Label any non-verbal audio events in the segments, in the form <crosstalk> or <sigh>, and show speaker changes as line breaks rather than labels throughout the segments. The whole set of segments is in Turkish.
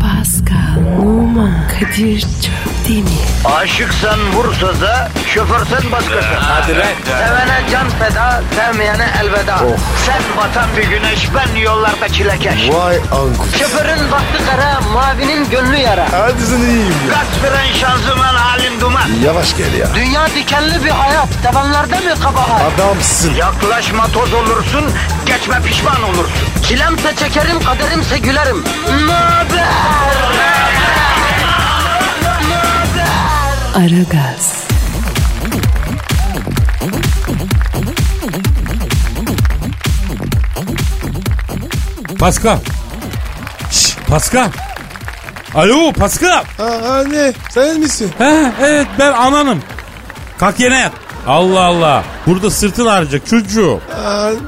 Pascal, Oman, Kadir çok değil mi?
Aşıksan vursa da şoförsen başkasın.
Hadi lan.
Sevene can feda, sevmeyene elveda. Sen batan bir güneş, ben yollarda çilekeş.
Vay anku.
Şoförün baktı kara, mavinin gönlü yara.
Hadi sen iyiyim ya.
Kasperen şanzıman halin duman.
Yavaş gel ya.
Dünya dikenli bir hayat, sevenlerde mi kabahar?
Adamsın.
Yaklaşma toz olursun, geçme pişman olursun. Çilemse çekerim, kaderimse gülerim. Möber!
Aragaz,
Pascal. Şş, Pascal. Alo Pascal.
Aa, anne sen misin?
He, evet ben ananım. Kalk yine yat. Allah Allah. Burada sırtın ağrıyacak çocuğu.
Anne.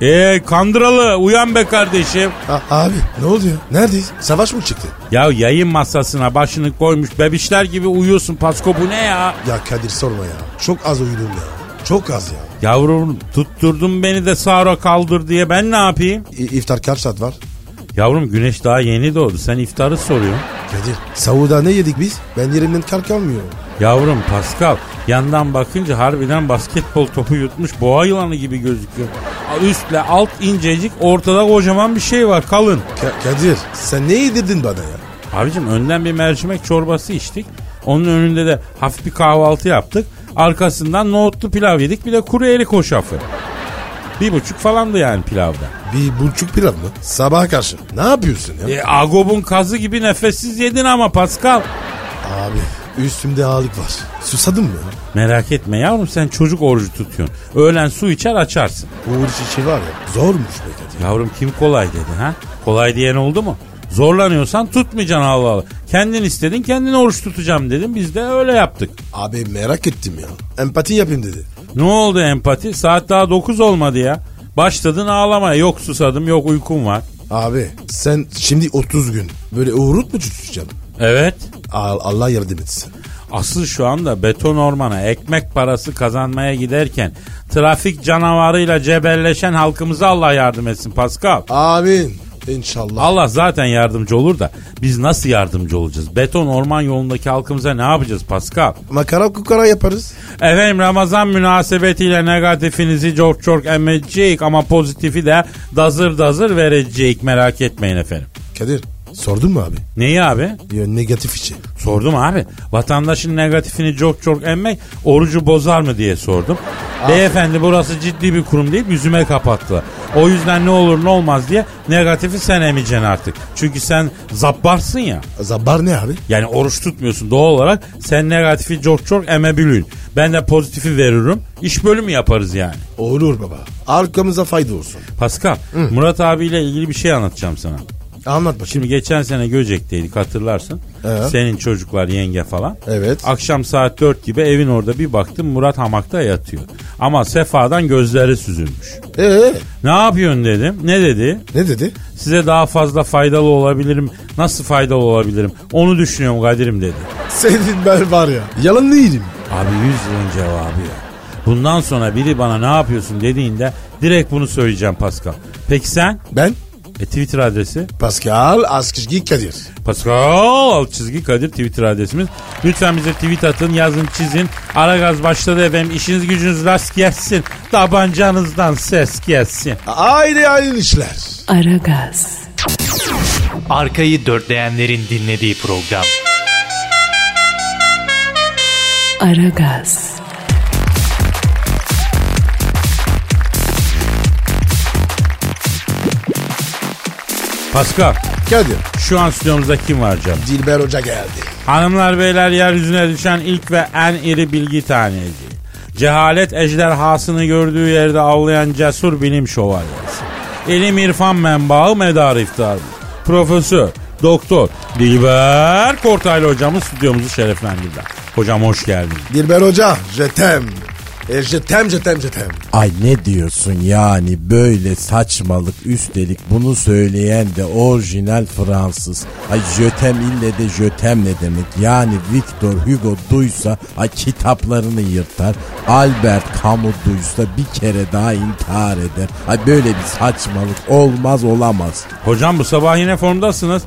Eee kandıralı uyan be kardeşim.
Aa, abi ne oluyor? Neredeyiz? Savaş mı çıktı?
Ya yayın masasına başını koymuş bebişler gibi uyuyorsun Pasko bu ne ya?
Ya Kadir sorma ya. Çok az uyudum ya. Çok az ya.
Yavrum tutturdun beni de sahura kaldır diye ben ne yapayım?
İ- iftar kaç saat var?
Yavrum güneş daha yeni doğdu sen iftarı soruyorsun.
Kadir. Savuda ne yedik biz? Ben yerimden kalkamıyorum.
Yavrum Pascal yandan bakınca harbiden basketbol topu yutmuş boğa yılanı gibi gözüküyor. Üstle alt incecik ortada kocaman bir şey var kalın.
Ka- Kadir sen ne yedirdin bana ya?
Abicim önden bir mercimek çorbası içtik. Onun önünde de hafif bir kahvaltı yaptık. Arkasından nohutlu pilav yedik bir de kuru erik hoşafı. Bir buçuk falandı yani pilavda.
Bir buçuk pilav mı? Sabaha karşı. Ne yapıyorsun ya?
E, Agob'un kazı gibi nefessiz yedin ama Pascal.
Abi üstümde ağırlık var. Susadın mı?
Merak etme yavrum sen çocuk orucu tutuyorsun. Öğlen su içer açarsın.
Uğur işi var ya. Zormuş be Kadir.
Yavrum kim kolay dedi ha? Kolay diyen oldu mu? Zorlanıyorsan tutmayacaksın Allah Allah. Kendin istedin kendini oruç tutacağım dedim. Biz de öyle yaptık.
Abi merak ettim ya. Empati yapayım dedi.
Ne oldu empati? Saat daha 9 olmadı ya. Başladın ağlamaya. Yok susadım yok uykum var.
Abi sen şimdi 30 gün böyle uğrut mu tutacaksın?
Evet.
Al- Allah yardım etsin.
Asıl şu anda beton ormana ekmek parası kazanmaya giderken trafik canavarıyla cebelleşen halkımıza Allah yardım etsin Pascal.
Amin. İnşallah.
Allah zaten yardımcı olur da biz nasıl yardımcı olacağız? Beton orman yolundaki halkımıza ne yapacağız Pascal?
Makara kukara yaparız.
Efendim Ramazan münasebetiyle negatifinizi çok çok emecek ama pozitifi de dazır dazır verecek merak etmeyin efendim.
Kadir sordun mu abi?
Neyi abi?
Ya, negatif içi.
Sordum abi. Vatandaşın negatifini çok çok emmek orucu bozar mı diye sordum. Beyefendi burası ciddi bir kurum deyip yüzüme kapattı. O yüzden ne olur ne olmaz diye negatifi sen emeceksin artık. Çünkü sen zabbarsın ya.
Zabar ne abi?
Yani oruç tutmuyorsun doğal olarak sen negatifi çok çok emebilin. Ben de pozitifi veririm. İş bölümü yaparız yani.
Olur baba. Arkamıza fayda olsun.
Pascal, Murat abiyle ilgili bir şey anlatacağım sana.
Anlat bakayım.
Şimdi geçen sene Göcek'teydik hatırlarsın.
Ee?
Senin çocuklar yenge falan.
Evet.
Akşam saat 4 gibi evin orada bir baktım Murat hamakta yatıyor. Ama sefadan gözleri süzülmüş.
Ee,
Ne yapıyorsun dedim. Ne dedi?
ne dedi?
Size daha fazla faydalı olabilirim. Nasıl faydalı olabilirim? Onu düşünüyorum Kadir'im dedi.
Senin ben var ya. Yalan değilim.
Abi 100 yılın cevabı ya. Bundan sonra biri bana ne yapıyorsun dediğinde direkt bunu söyleyeceğim Pascal. Peki sen?
Ben
E, Twitter adresi?
Pascal Askışgi Kadir.
Pascal alt çizgi Kadir Twitter adresimiz. Lütfen bize tweet atın, yazın, çizin. Aragaz başladı efendim. İşiniz gücünüz rast gelsin. Tabancanızdan ses gelsin.
Aynı aynı işler.
Aragaz,
Arkayı dörtleyenlerin dinlediği program.
Aragaz,
Pascal
Kadir.
şu an stüdyomuzda kim var canım?
Dilber Hoca geldi.
Hanımlar beyler yeryüzüne düşen ilk ve en iri bilgi taneci. Cehalet ejderhasını gördüğü yerde avlayan cesur bilim şövalyesi. İlim irfan menbaı medar iftar. Profesör, doktor, Dilber Kortaylı hocamız stüdyomuzu şereflendirdi. Hocam hoş geldin.
Dilber Hoca. Jetem. E, jetem jetem jetem.
Ay ne diyorsun yani böyle saçmalık üstelik bunu söyleyen de orijinal Fransız. Ay jötem ille de jötem ne demek yani Victor Hugo duysa ay kitaplarını yırtar. Albert Camus duysa bir kere daha intihar eder. Ay böyle bir saçmalık olmaz olamaz.
Hocam bu sabah yine formdasınız.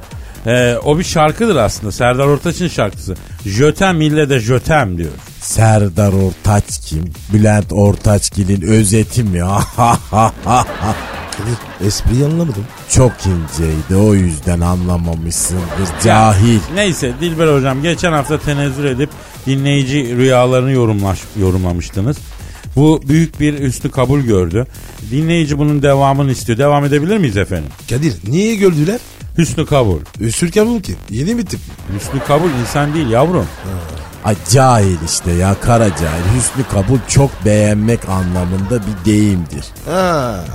Ee, o bir şarkıdır aslında. Serdar Ortaç'ın şarkısı. Jötem ille de jötem diyor.
Serdar Ortaç kim? Bülent Ortaçgil'in özeti mi? <laughs>
Kadir espriyi anlamadım.
Çok inceydi o yüzden anlamamışsındır. Cahil.
Neyse Dilber hocam geçen hafta tenezzül edip dinleyici rüyalarını yorumlaş, yorumlamıştınız. Bu büyük bir üstü kabul gördü. Dinleyici bunun devamını istiyor. Devam edebilir miyiz efendim?
Kadir niye gördüler?
Hüsnü kabul.
Üstürken bu ki. Yeni bir tip.
Hüsnü kabul insan değil yavrum.
Ay cahil işte ya kara cahil. Hüsnü kabul çok beğenmek anlamında bir deyimdir.
Ha.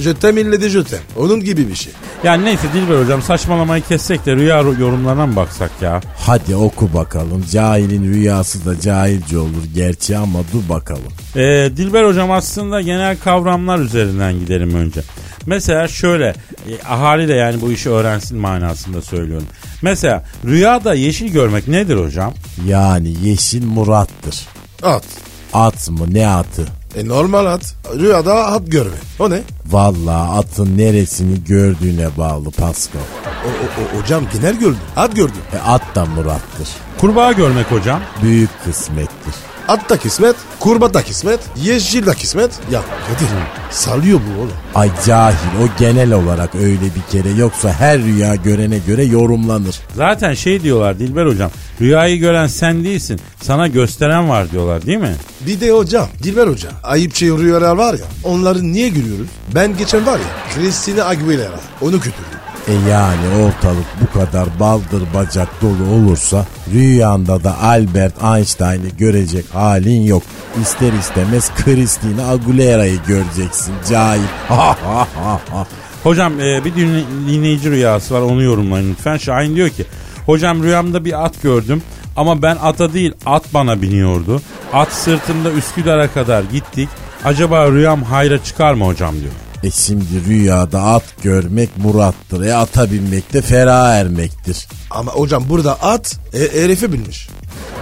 Jötem ille de jötem. Onun gibi bir şey.
Yani neyse Dilber hocam saçmalamayı kessek de rüya ro- yorumlarına mı baksak ya?
Hadi oku bakalım. Cahilin rüyası da cahilce olur gerçi ama dur bakalım.
Ee, Dilber hocam aslında genel kavramlar üzerinden gidelim önce. Mesela şöyle e, ahali de yani bu işi öğrensin manasında söylüyorum. Mesela rüyada yeşil görmek nedir hocam?
Yani yeşil murattır.
At.
At mı ne atı?
E normal at. Rüyada at görme. O ne?
Vallahi atın neresini gördüğüne bağlı Pascal.
O, o, o- hocam genel gördüm. At gördüm.
E, at da murattır.
Kurbağa görmek hocam.
Büyük kısmettir.
At da kismet, kurba da kismet, yeşil de kismet. Ya Kadir salıyor bu oğlum.
Ay cahil o genel olarak öyle bir kere yoksa her rüya görene göre yorumlanır.
Zaten şey diyorlar Dilber hocam. Rüyayı gören sen değilsin. Sana gösteren var diyorlar değil mi?
Bir de hocam, Dilber hoca. Ayıp şey rüyalar var ya, onları niye gülüyoruz? Ben geçen var ya, Christina Aguilera, onu götürdüm.
E yani ortalık bu kadar baldır bacak dolu olursa rüyanda da Albert Einstein'ı görecek halin yok. İster istemez Christina Aguilera'yı göreceksin cahil. <laughs> Ha ha ha ha.
Hocam e, bir dinle- dinleyici rüyası var onu yorumlayın lütfen. Şahin diyor ki hocam rüyamda bir at gördüm ama ben ata değil at bana biniyordu. At sırtımda Üsküdar'a kadar gittik. Acaba rüyam hayra çıkar mı hocam diyor.
E şimdi rüyada at görmek murattır. E ata binmek de ferah ermektir.
Ama hocam burada at, e, herifi bilmiş.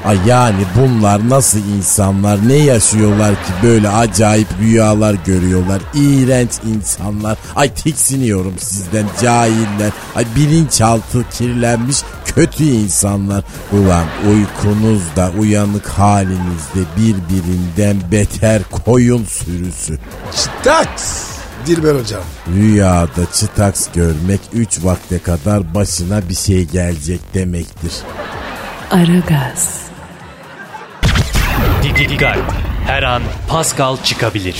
Ay yani bunlar nasıl insanlar ne yaşıyorlar ki böyle acayip rüyalar görüyorlar. İğrenç insanlar. Ay tiksiniyorum sizden cahiller. Ay bilinçaltı kirlenmiş kötü insanlar. Ulan uykunuz da uyanık halinizde birbirinden beter koyun sürüsü.
Çıtaks, Dilber hocam.
Rüyada çıtaks görmek 3 vakte kadar başına bir şey gelecek demektir.
Aragaz,
Didi Dikkat. Her an Pascal çıkabilir.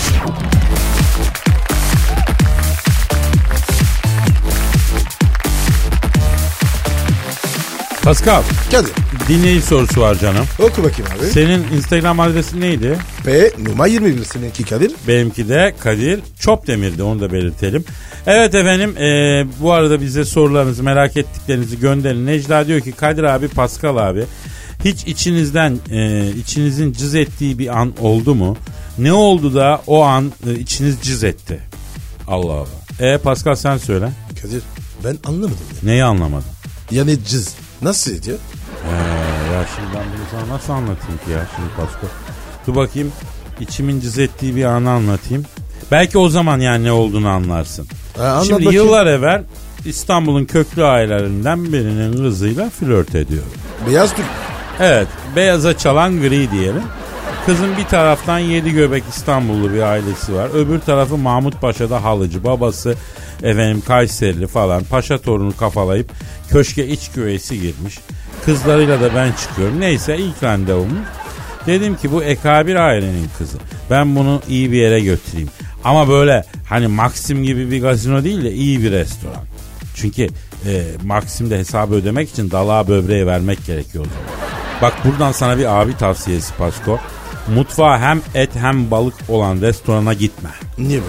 Pascal
Kadir,
dinleyici sorusu var canım.
oku bakayım abi.
Senin Instagram adresin neydi?
P numara 21 seninki Kadir.
Benimki de Kadir Çopdemir'di onu da belirtelim. Evet efendim e, bu arada bize sorularınızı merak ettiklerinizi gönderin. Necla diyor ki Kadir abi Pascal abi hiç içinizden e, içinizin cız ettiği bir an oldu mu? Ne oldu da o an e, içiniz cız etti? Allah Allah. E Pascal sen söyle.
Kadir, ben anlamadım ya.
Neyi anlamadın?
Yani cız, nasıl ediyor?
Ee, ya şimdi ben bunu sana nasıl anlatayım ki ya şimdi Pasko? Dur bakayım içimin cız ettiği bir anı anlatayım. Belki o zaman yani ne olduğunu anlarsın.
Ha, anlat
şimdi
bakayım.
yıllar evvel İstanbul'un köklü ailelerinden birinin kızıyla flört ediyor.
Beyaz Türk.
Evet beyaza çalan gri diyelim. Kızın bir taraftan yedi göbek İstanbullu bir ailesi var. Öbür tarafı Mahmut Paşa'da halıcı. Babası efendim Kayserili falan. Paşa torunu kafalayıp köşke iç güveysi girmiş. Kızlarıyla da ben çıkıyorum. Neyse ilk randevumuz. Dedim ki bu ekabir ailenin kızı. Ben bunu iyi bir yere götüreyim. Ama böyle hani Maxim gibi bir gazino değil de iyi bir restoran. Çünkü e, Maxim'de hesabı ödemek için dalağa böbreğe vermek gerekiyor o zaman. Bak buradan sana bir abi tavsiyesi Pasko. Mutfağa hem et hem balık olan restorana gitme.
Niye bu?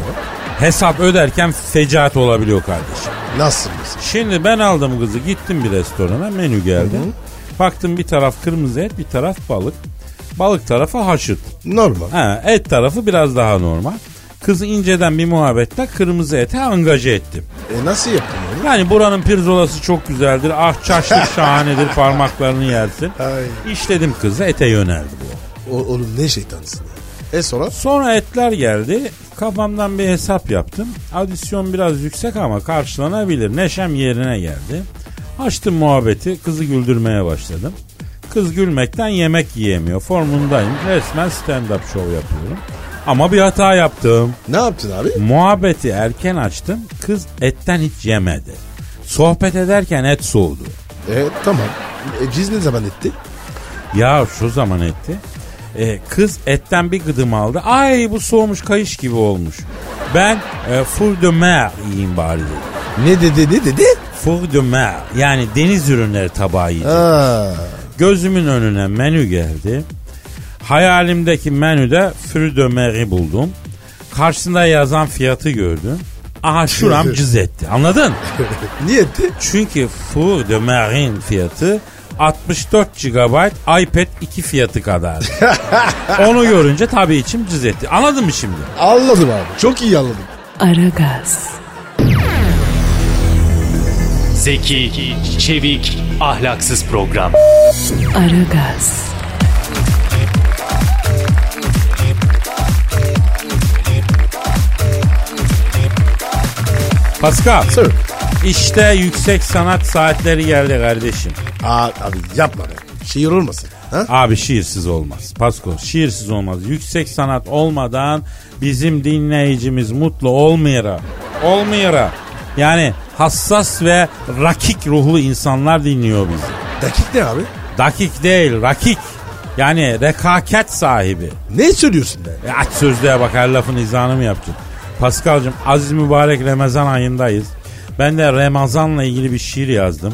Hesap öderken fecaat olabiliyor kardeşim.
Nasıl mesela?
Şimdi ben aldım kızı gittim bir restorana menü geldi. Baktım bir taraf kırmızı et bir taraf balık. Balık tarafı haşırt.
Normal.
Ha, et tarafı biraz daha normal. Kızı inceden bir muhabbetle kırmızı ete angaje ettim.
E nasıl yaptın onu?
Yani buranın pirzolası çok güzeldir. Ah çarşık şahanedir parmaklarını yersin.
Ay.
İşledim kızı ete yöneldi bu.
O- oğlum ne şeytansın ya. E sonra?
Sonra etler geldi. Kafamdan bir hesap yaptım. Adisyon biraz yüksek ama karşılanabilir. Neşem yerine geldi. Açtım muhabbeti, kızı güldürmeye başladım. Kız gülmekten yemek yiyemiyor. Formundayım. Resmen stand-up show yapıyorum. Ama bir hata yaptım.
Ne yaptın abi?
Muhabbeti erken açtım. Kız etten hiç yemedi. Sohbet ederken et soğudu.
E tamam. E, biz ne zaman etti?
Ya şu zaman etti. E, kız etten bir gıdım aldı. Ay bu soğumuş kayış gibi olmuş. Ben e, four de mer yiyeyim bari dedim.
Ne dedi ne dedi?
Four de mer yani deniz ürünleri tabağı yiyeceğim.
Aa,
Gözümün önüne menü geldi. Hayalimdeki menüde four de mer'i buldum. Karşısında yazan fiyatı gördüm. Aha şuram cız etti anladın?
niye etti?
Çünkü Four de Marine fiyatı 64 GB iPad 2 fiyatı kadar. Onu görünce tabii içim cız etti. Anladın mı şimdi?
Anladım abi. Çok iyi anladım.
Aragaz,
Zeki, çevik, ahlaksız program.
Aragaz,
Pascal
Sir.
işte yüksek sanat saatleri geldi kardeşim.
Aa, abi yapma be. Şiir olmasın. Ha?
Abi şiirsiz olmaz. Pasko şiirsiz olmaz. Yüksek sanat olmadan bizim dinleyicimiz mutlu olmayara. Olmayara. Yani hassas ve rakik ruhlu insanlar dinliyor bizi.
Dakik ne abi?
Dakik değil, rakik. Yani rekaket sahibi.
Ne söylüyorsun be?
E, aç sözlüğe bakar lafın izahını mı yaptın? Paskal'cığım aziz mübarek Ramazan ayındayız. Ben de Ramazan'la ilgili bir şiir yazdım.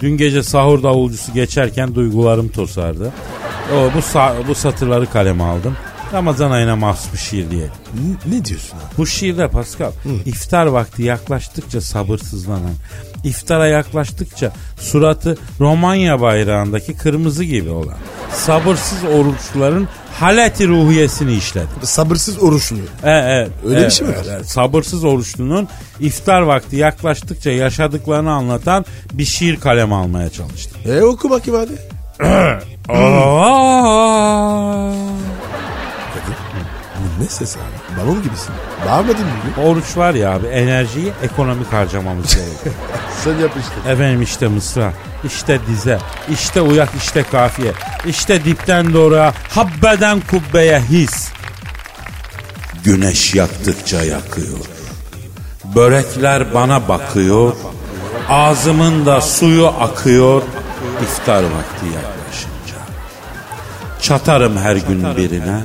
Dün gece sahur davulcusu geçerken duygularım tosardı. O, bu, sa- bu satırları kaleme aldım. Ramazan ayına mahsus bir şiir diye.
N- ne diyorsun abi?
Bu şiirde Pascal iftar vakti yaklaştıkça sabırsızlanan, iftara yaklaştıkça suratı Romanya bayrağındaki kırmızı gibi olan sabırsız oruçluların haleti ruhiyesini işledi.
Sabırsız oruçluyor.
E, e,
Öyle
e,
bir şey mi
e,
var?
e, sabırsız oruçlunun iftar vakti yaklaştıkça yaşadıklarını anlatan bir şiir kaleme almaya çalıştım.
E oku bakayım hadi.
Aa!
Bu ne ses abi? Balon gibisin. Bağırmadın mı? bugün?
Oruç var ya abi enerjiyi ekonomik harcamamız gerekiyor.
Sen yapıştın.
Efendim işte mısra, işte dize, işte uyak, işte kafiye, işte dipten doğruya, habbeden kubbeye his. Güneş yaktıkça yakıyor. Börekler bana bakıyor. Ağzımın da suyu akıyor. İftar vakti yaklaşınca. Çatarım her gün birine.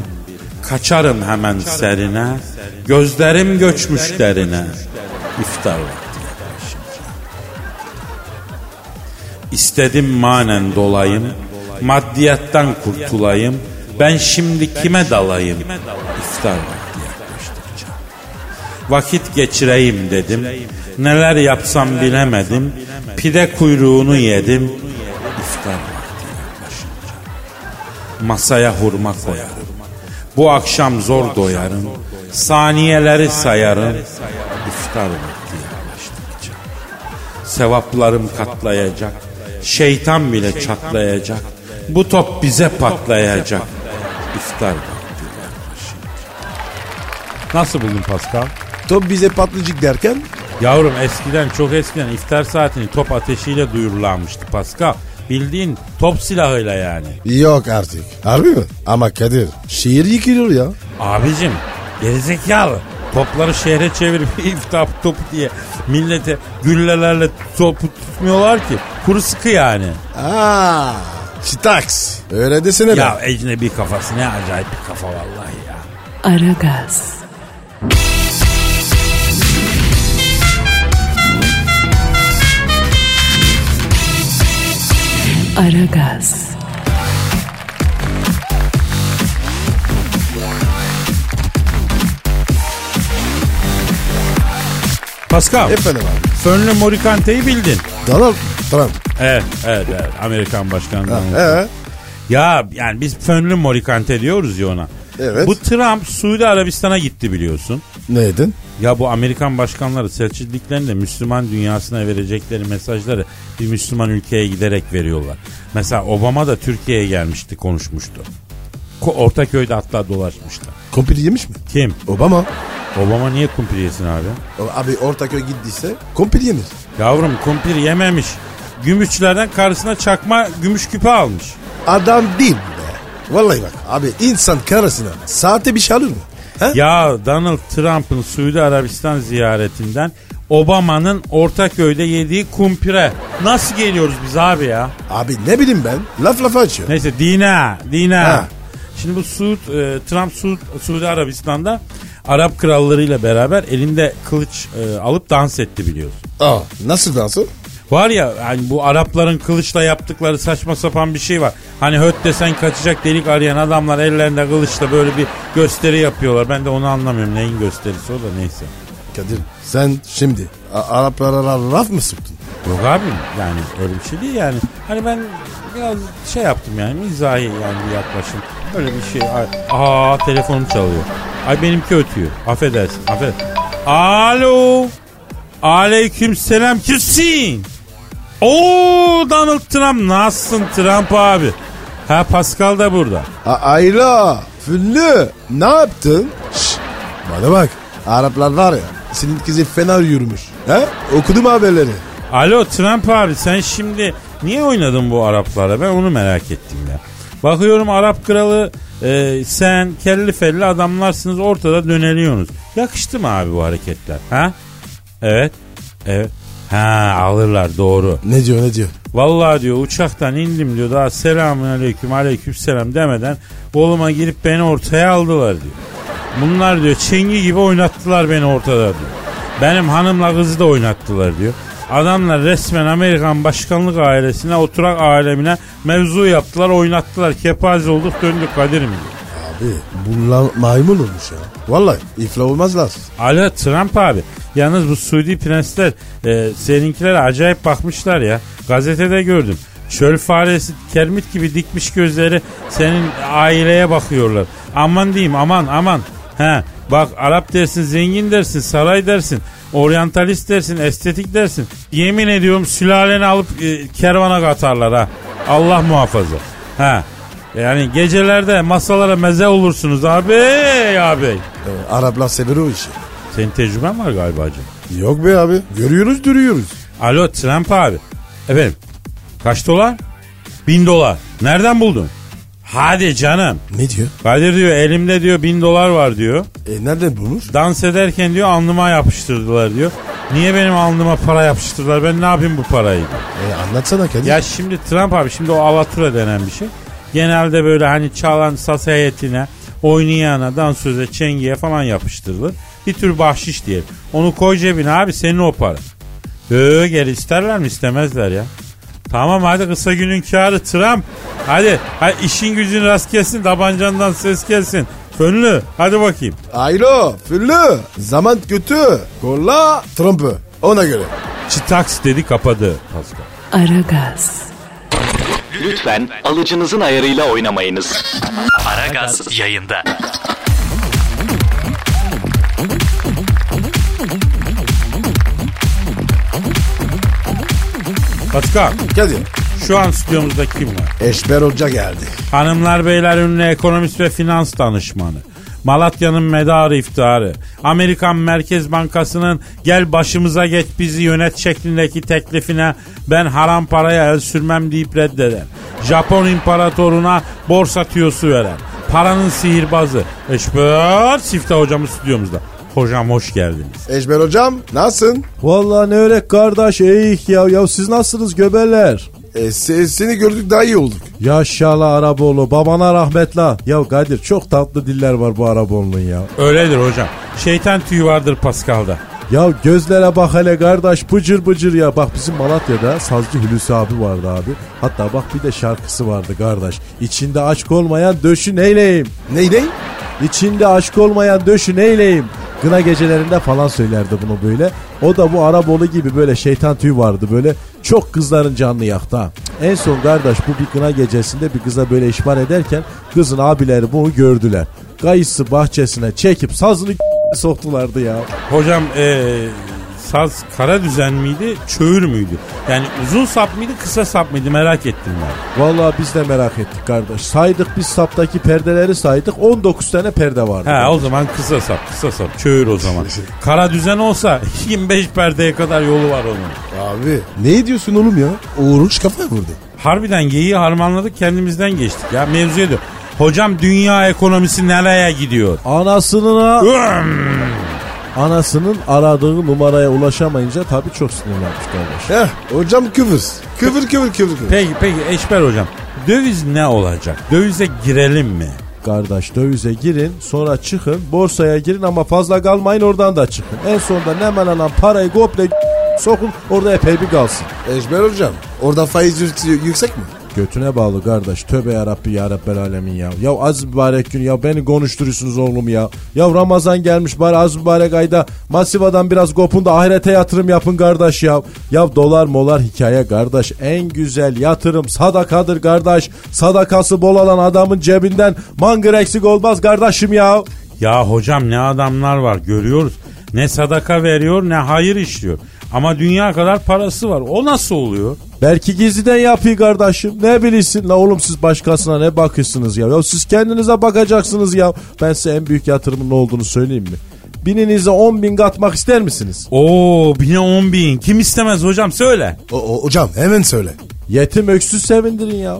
Kaçarım hemen serine. Gözlerim göçmüş derine. İftar vakti yaklaşınca. İstedim manen dolayım. Maddiyattan kurtulayım. Ben şimdi kime dalayım? İftar vakti yaklaştıkça. Vakit geçireyim dedim. Neler yapsam bilemedim. Pide kuyruğunu yedim. İftar vakti yaklaşınca. Masaya hurma koyarım. Bu akşam zor doyarım. Saniyeleri sayarım. İftar vakti yaklaştıkça. Sevaplarım katlayacak. Şeytan bile çatlayacak. Bu top bize patlayacak. İftar vakti yaklaşınca. Nasıl buldun Pascal?
Top bize patlıcık derken
Yavrum eskiden çok eskiden iftar saatini top ateşiyle duyurulanmıştı Pascal. Bildiğin top silahıyla yani.
Yok artık. Harbi mi? Ama Kadir şiir yıkılıyor ya.
Abicim gerizekalı. Topları şehre çevirip <laughs> iftar topu diye millete güllelerle topu tutmuyorlar ki. Kuru sıkı yani.
Aa, Çitaks. Öyle desene be.
Ya ecnebi kafası ne acayip bir kafa vallahi ya.
Aragaz, Aragaz,
Pascal.
Efendim abi.
Fönlü Morikante'yi bildin.
Donald Trump.
Evet, evet, evet. Amerikan başkanı. Donald
He.
Ya yani biz fönlü morikante diyoruz ya ona.
Evet.
Bu Trump Suudi Arabistan'a gitti biliyorsun.
Neydin?
Ya bu Amerikan başkanları Selçuklularında Müslüman dünyasına verecekleri mesajları bir Müslüman ülkeye giderek veriyorlar. Mesela Obama da Türkiye'ye gelmişti konuşmuştu. Ko- Ortaköy'de hatta dolaşmıştı.
Kumpiri yemiş mi?
Kim?
Obama.
Obama niye kumpir yesin abi?
O- Abi Ortaköy gittiyse kumpiri yemiş.
Yavrum kumpir yememiş. gümüşçülerden karısına çakma gümüş küpe almış.
Adam değil be. Vallahi bak abi insan karısına saate bir şey alır mı? He?
Ya Donald Trump'ın Suudi Arabistan ziyaretinden Obama'nın Ortaköy'de yediği kumpire. Nasıl geliyoruz biz abi ya?
Abi ne bileyim ben laf lafa açıyor.
Neyse Dina, Dina.
Ha.
Şimdi bu Suud, e, Trump Suud, Suudi Arabistan'da Arap krallarıyla beraber elinde kılıç e, alıp dans etti biliyorsun.
Aa, nasıl dansı?
Var ya hani bu Arapların kılıçla yaptıkları saçma sapan bir şey var. Hani höt desen kaçacak delik arayan adamlar ellerinde kılıçla böyle bir gösteri yapıyorlar. Ben de onu anlamıyorum neyin gösterisi o da neyse.
Kadir sen şimdi A- Araplara laf mı sıktın?
Yok abi yani öyle bir şey değil yani. Hani ben biraz şey yaptım yani mizahi yani bir yaklaşım. Öyle bir şey. Ay, Aa telefonum çalıyor. Ay benimki ötüyor. Affedersin affedersin. Alo. Aleyküm selam kimsin? Oo Donald Trump nasılsın Trump abi? Ha Pascal da burada.
A- Ayla, Füllü ne yaptın? Şş, bana bak Araplar var ya senin kızı fena yürümüş. He? Okudum haberleri.
Alo Trump abi sen şimdi niye oynadın bu Araplara? Ben onu merak ettim ya. Bakıyorum Arap kralı e, sen kelli felli adamlarsınız ortada döneliyorsunuz. Yakıştı mı abi bu hareketler? Ha? Evet. Evet. Ha alırlar doğru.
Ne diyor ne diyor?
Vallahi diyor uçaktan indim diyor daha selamun aleyküm aleyküm selam demeden koluma girip beni ortaya aldılar diyor. Bunlar diyor çengi gibi oynattılar beni ortada diyor. Benim hanımla kızı da oynattılar diyor. Adamlar resmen Amerikan başkanlık ailesine, oturak alemine mevzu yaptılar, oynattılar. Kepaze olduk döndük Kadir'im
Abi
diyor.
bunlar maymun olmuş ya. Vallahi ifla olmazlar.
Alo Trump abi. Yalnız bu Suudi prensler e, seninkilere acayip bakmışlar ya. Gazetede gördüm. Çöl faresi kermit gibi dikmiş gözleri senin aileye bakıyorlar. Aman diyeyim aman aman. He, bak Arap dersin, zengin dersin, saray dersin, oryantalist dersin, estetik dersin. Yemin ediyorum sülaleni alıp e, kervana katarlar ha. Allah muhafaza. He. Yani gecelerde masalara meze olursunuz abi abi.
Ee, Araplar sever o işi.
Senin tecrüben var galiba hacım.
Yok be abi. Görüyoruz duruyoruz.
Alo Trump abi. Efendim kaç dolar? Bin dolar. Nereden buldun? Hadi canım.
Ne diyor?
Kadir diyor elimde diyor bin dolar var diyor.
E nereden bulmuş?
Dans ederken diyor alnıma yapıştırdılar diyor. Niye benim alnıma para yapıştırdılar ben ne yapayım bu parayı?
E anlatsana kendin.
Ya şimdi Trump abi şimdi o alatura denen bir şey. Genelde böyle hani çalan saz heyetine, oynayana, dansöze, çengiye falan yapıştırılır. Bir tür bahşiş diyelim. Onu koy cebine abi senin o para. Öö geri isterler mi istemezler ya. Tamam hadi kısa günün kârı Trump. Hadi, hadi işin gücün rast gelsin tabancandan ses gelsin. Fönlü hadi bakayım.
Aylo, Füllü. Zaman kötü. Kolla Trump'ı. Ona göre.
Çitaks dedi kapadı Pascal.
Aragaz,
Lütfen alıcınızın ayarıyla oynamayınız.
Aragaz yayında.
Pascal
Kadir.
şu an stüdyomuzda kim var?
Eşber Hoca geldi.
Hanımlar beyler ünlü ekonomist ve finans danışmanı. Malatya'nın medarı iftiharı. Amerikan Merkez Bankası'nın gel başımıza geç bizi yönet şeklindeki teklifine ben haram paraya el sürmem deyip reddeden. Japon imparatoruna borsa tüyosu veren. Paranın sihirbazı. Eşber Sifte hocamız stüdyomuzda. Hocam hoş geldiniz.
Eşber Hocam nasılsın?
Vallahi ne örek kardeş eğik ya. Ya siz nasılsınız göbeller?
E, se- seni gördük daha iyi olduk.
Yaşala Araboğlu babana rahmet la. Ya Kadir çok tatlı diller var bu Araboğlu'nun ya.
Öyledir hocam. Şeytan tüyü vardır Paskal'da.
Ya gözlere bak hele kardeş bıcır bıcır ya. Bak bizim Malatya'da Sazcı Hulusi abi vardı abi. Hatta bak bir de şarkısı vardı kardeş. İçinde aşk olmayan döşün eyleyim.
Ney ney?
İçinde aşk olmayan döşün eyleyim. Gına gecelerinde falan söylerdi bunu böyle. O da bu Arabolu gibi böyle şeytan tüy vardı böyle. Çok kızların canını yaktı ha. En son kardeş bu bir gına gecesinde bir kıza böyle işmar ederken kızın abileri bunu gördüler. <laughs> Kayısı bahçesine çekip sazını soktulardı ya.
Hocam eee, e, saz kara düzen miydi, çöğür müydü? Yani uzun sap mıydı, kısa sap mıydı merak ettim ben.
Vallahi biz de merak ettik kardeş. Saydık biz saptaki perdeleri saydık. 19 tane perde vardı.
He o zaman kısa sap, kısa sap, çöğür o zaman. kara düzen olsa <laughs> 25 perdeye kadar yolu var onun.
Abi ne diyorsun oğlum ya? Oruç kafa vurdu.
Harbiden geyiği harmanladık kendimizden geçtik ya mevzuya dön. Hocam dünya ekonomisi nereye gidiyor?
Anasının a-
Üm!
anasının aradığı numaraya ulaşamayınca tabii çok sinirlenmiş kardeş.
Heh hocam küfür. Küfür küfür küfür küfür.
Peki peki Eşber hocam döviz ne olacak? Dövize girelim mi?
Kardeş dövize girin sonra çıkın borsaya girin ama fazla kalmayın oradan da çıkın. En sonunda ne alan parayı komple <laughs> sokun orada epey bir kalsın.
Ejber hocam orada faiz yük- yüksek mi?
Götüne bağlı kardeş. Tövbe yarabbi yarabbel alemin ya. Ya az mübarek gün ya beni konuşturuyorsunuz oğlum ya. Ya Ramazan gelmiş bari az mübarek ayda Masiva'dan biraz kopun da ahirete yatırım yapın kardeş ya. Ya dolar molar hikaye kardeş. En güzel yatırım sadakadır kardeş. Sadakası bol olan adamın cebinden mangır eksik olmaz kardeşim ya.
Ya hocam ne adamlar var görüyoruz. Ne sadaka veriyor ne hayır işliyor. Ama dünya kadar parası var. O nasıl oluyor?
Belki gizliden yapıyor kardeşim. Ne bilirsin la oğlum siz başkasına ne bakıyorsunuz ya. Ya siz kendinize bakacaksınız ya. Ben size en büyük yatırımın ne olduğunu söyleyeyim mi? Bininize 10 bin katmak ister misiniz?
Oo bine on bin. Kim istemez hocam söyle.
O, o- hocam hemen söyle.
Yetim öksüz sevindirin ya.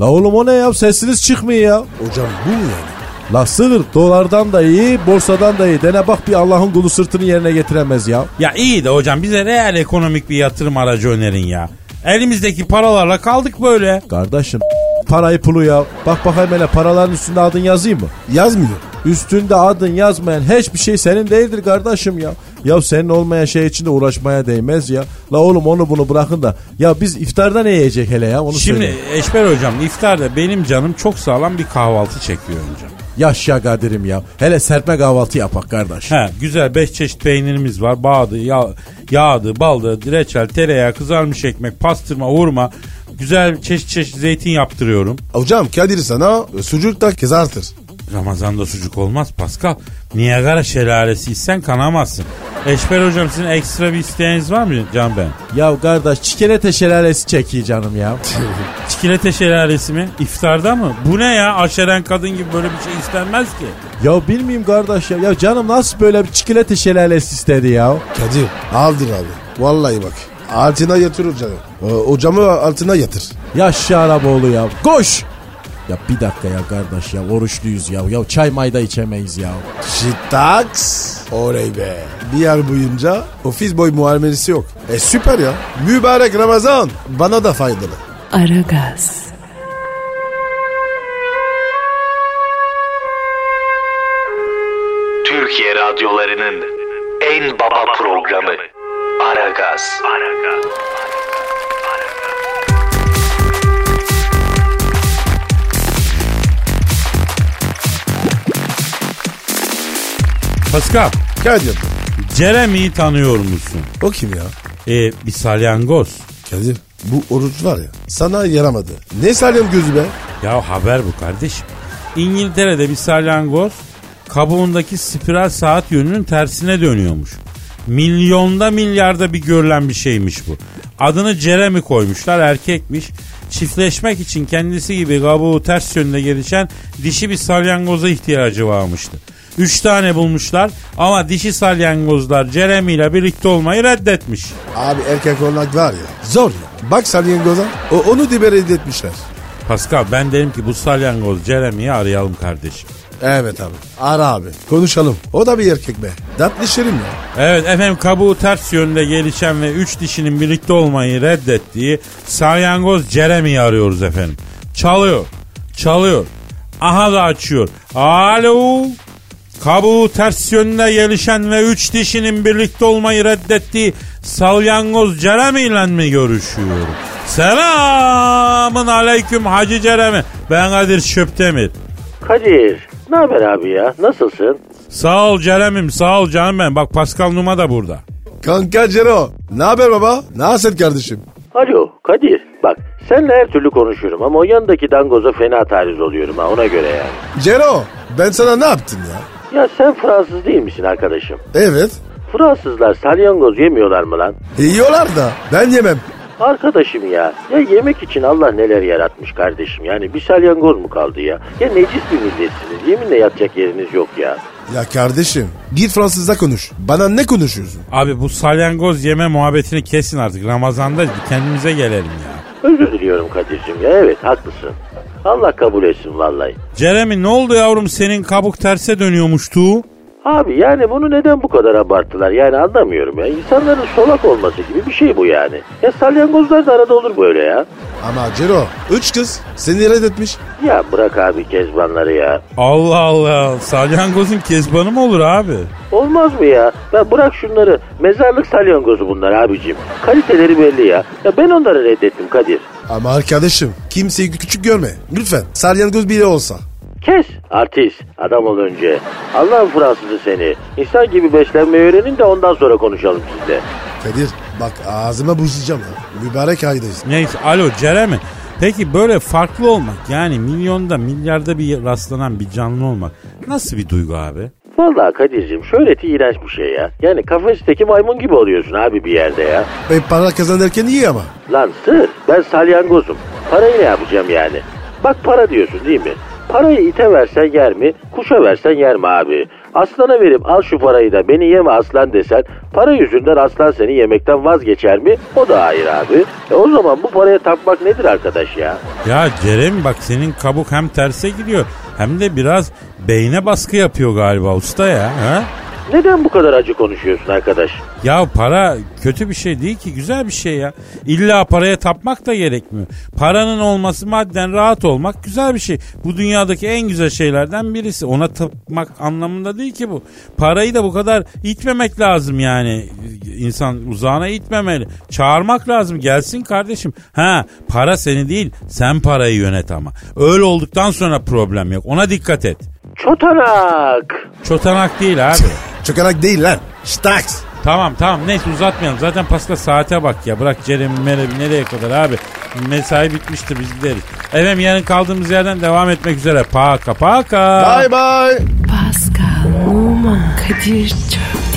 La oğlum o ne ya? Sesiniz çıkmıyor ya.
Hocam bu mu yani?
La sığır dolardan da iyi, borsadan da iyi. Dene bak bir Allah'ın kulu sırtını yerine getiremez ya.
Ya iyi de hocam bize reel ekonomik bir yatırım aracı önerin ya. Elimizdeki paralarla kaldık böyle.
Kardeşim parayı pulu ya. Bak bakayım hele paraların üstünde adın yazayım mı?
Yazmıyor.
Üstünde adın yazmayan hiçbir şey senin değildir kardeşim ya. Ya senin olmayan şey için de uğraşmaya değmez ya. La oğlum onu bunu bırakın da. Ya biz iftarda ne yiyecek hele ya onu
Şimdi
söyle.
Eşber hocam iftarda benim canım çok sağlam bir kahvaltı çekiyor önce.
Yaşa Kadir'im ya. Hele serpme kahvaltı yapak kardeş.
He güzel beş çeşit peynirimiz var. Bağdı, yağ, yağdı, baldı, reçel, tereyağı, kızarmış ekmek, pastırma, hurma. Güzel çeşit çeşit zeytin yaptırıyorum.
Hocam Kadir sana e, sucuk da kızartır.
Ramazan'da sucuk olmaz Pascal. Niagara şelalesiysen kanamazsın. Eşber hocam sizin ekstra bir isteğiniz var mı Can Ben?
Ya kardeş çikolata şelalesi çekiyor canım ya.
Çikolata şelalesi mi? İftarda mı? Bu ne ya? Aşeren kadın gibi böyle bir şey istenmez ki.
ya bilmeyeyim kardeş ya. Ya canım nasıl böyle bir çikolata şelalesi istedi ya.
Kadir aldır abi. Vallahi bak. Altına yatır hocam. E, Hocamı altına yatır.
Yaşa Araboğlu ya. Koş! Ya bir dakika ya kardeş ya oruçluyuz ya. Ya çay mayda içemeyiz ya.
Şitaks. Oley be. Bir yer boyunca ofis boy muamelesi yok. E süper ya. Mübarek Ramazan. Bana da faydalı.
Aragaz,
Türkiye radyolarının en baba programı Aragaz.
Pascal,
Kadir.
Jeremy'yi tanıyor musun?
O kim ya?
Ee, bir salyangoz.
Kadir. Bu oruç var ya. Sana yaramadı. Ne salyam gözü be?
Ya haber bu kardeşim. İngiltere'de bir salyangoz kabuğundaki spiral saat yönünün tersine dönüyormuş. Milyonda milyarda bir görülen bir şeymiş bu. Adını Jeremy koymuşlar erkekmiş. Çiftleşmek için kendisi gibi kabuğu ters yönde gelişen dişi bir salyangoza ihtiyacı varmıştı. Üç tane bulmuşlar ama dişi salyangozlar Jeremy ile birlikte olmayı reddetmiş.
Abi erkek olmak var ya. Zor ya. Bak salyangoza. O, onu diber etmişler.
Pascal ben derim ki bu salyangoz Jeremy'yi arayalım kardeşim.
Evet abi. Ara abi. Konuşalım. O da bir erkek be. Tatlı şirin ya.
Evet efendim kabuğu ters yönde gelişen ve üç dişinin birlikte olmayı reddettiği salyangoz Jeremy'yi arıyoruz efendim. Çalıyor, çalıyor. Aha da açıyor. Alo. Kabuğu ters yönde gelişen ve üç dişinin birlikte olmayı reddettiği salyangoz Jeremy ile mi görüşüyorum? Selamın aleyküm Hacı Jeremy. Ben Kadir Şöptemir.
Kadir, ne haber abi ya? Nasılsın?
Sağ ol Jeremy'm sağ ol canım ben. Bak Pascal Numa da burada.
Kanka Cero. Ne haber baba? Nasılsın kardeşim?
Alo, Kadir. Bak, senle her türlü konuşuyorum ama o yanındaki dangoza fena tariz oluyorum ha ona göre yani.
Cero. Ben sana ne yaptım ya?
Ya sen Fransız değil misin arkadaşım?
Evet.
Fransızlar salyangoz yemiyorlar mı lan?
E, yiyorlar da ben yemem.
Arkadaşım ya, ya yemek için Allah neler yaratmış kardeşim. Yani bir salyangoz mu kaldı ya? Ya necis bir milletsiniz. Yeminle yatacak yeriniz yok ya.
Ya kardeşim git Fransızca konuş. Bana ne konuşuyorsun?
Abi bu salyangoz yeme muhabbetini kesin artık. Ramazan'da bir kendimize gelelim ya.
Özür diliyorum Kadir'cim ya. Evet haklısın. Allah kabul etsin vallahi.
Jeremy ne oldu yavrum senin kabuk terse dönüyormuştu?
Abi yani bunu neden bu kadar abarttılar yani anlamıyorum ya. İnsanların solak olması gibi bir şey bu yani. Ya salyangozlar da arada olur böyle ya.
Ama Ciro üç kız seni reddetmiş.
Ya bırak abi kezbanları ya.
Allah Allah salyangozun kezbanı mı olur abi?
Olmaz mı ya? Ya bırak şunları. Mezarlık salyangozu bunlar abicim. Kaliteleri belli ya. Ya ben onları reddettim Kadir.
Ama arkadaşım kimseyi küçük görme. Lütfen salyangoz bile olsa.
Kes artist. Adam ol önce. Allah'ın Fransızı seni. İnsan gibi beslenmeyi öğrenin de ondan sonra konuşalım sizle.
Kadir bak ağzıma buzlayacağım ya. Mübarek aydayız.
Neyse alo Jeremy. Peki böyle farklı olmak yani milyonda milyarda bir rastlanan bir canlı olmak nasıl bir duygu abi?
Vallahi Kadir'cim şöhreti iğrenç bir şey ya. Yani kafesteki maymun gibi oluyorsun abi bir yerde ya.
E, para kazanırken iyi ama.
Lan sır ben salyangozum. Parayı ne yapacağım yani? Bak para diyorsun değil mi? Parayı ite versen yer mi? Kuşa versen yer mi abi? Aslana verip al şu parayı da beni yeme aslan desen para yüzünden aslan seni yemekten vazgeçer mi? O da hayır abi. E o zaman bu paraya tapmak nedir arkadaş ya?
Ya Jeremy bak senin kabuk hem terse gidiyor hem de biraz beyne baskı yapıyor galiba usta ya. Ha?
Neden bu kadar acı konuşuyorsun arkadaş?
Ya para kötü bir şey değil ki güzel bir şey ya. İlla paraya tapmak da gerekmiyor. Paranın olması madden rahat olmak güzel bir şey. Bu dünyadaki en güzel şeylerden birisi. Ona tapmak anlamında değil ki bu. Parayı da bu kadar itmemek lazım yani. İnsan uzağına itmemeli. Çağırmak lazım gelsin kardeşim. Ha para seni değil sen parayı yönet ama. Öyle olduktan sonra problem yok ona dikkat et.
Çotanak!
Çotanak değil abi.
Çokarak değil lan. Staks.
Tamam tamam neyse uzatmayalım. Zaten Pascal saate bak ya. Bırak Jeremy Merebi nereye kadar abi. Mesai bitmiştir biz gideriz. Efendim yarın kaldığımız yerden devam etmek üzere. Paka paka.
Bye bye.
Pascal, Oman, Kadir çok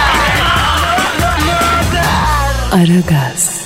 Aragaz.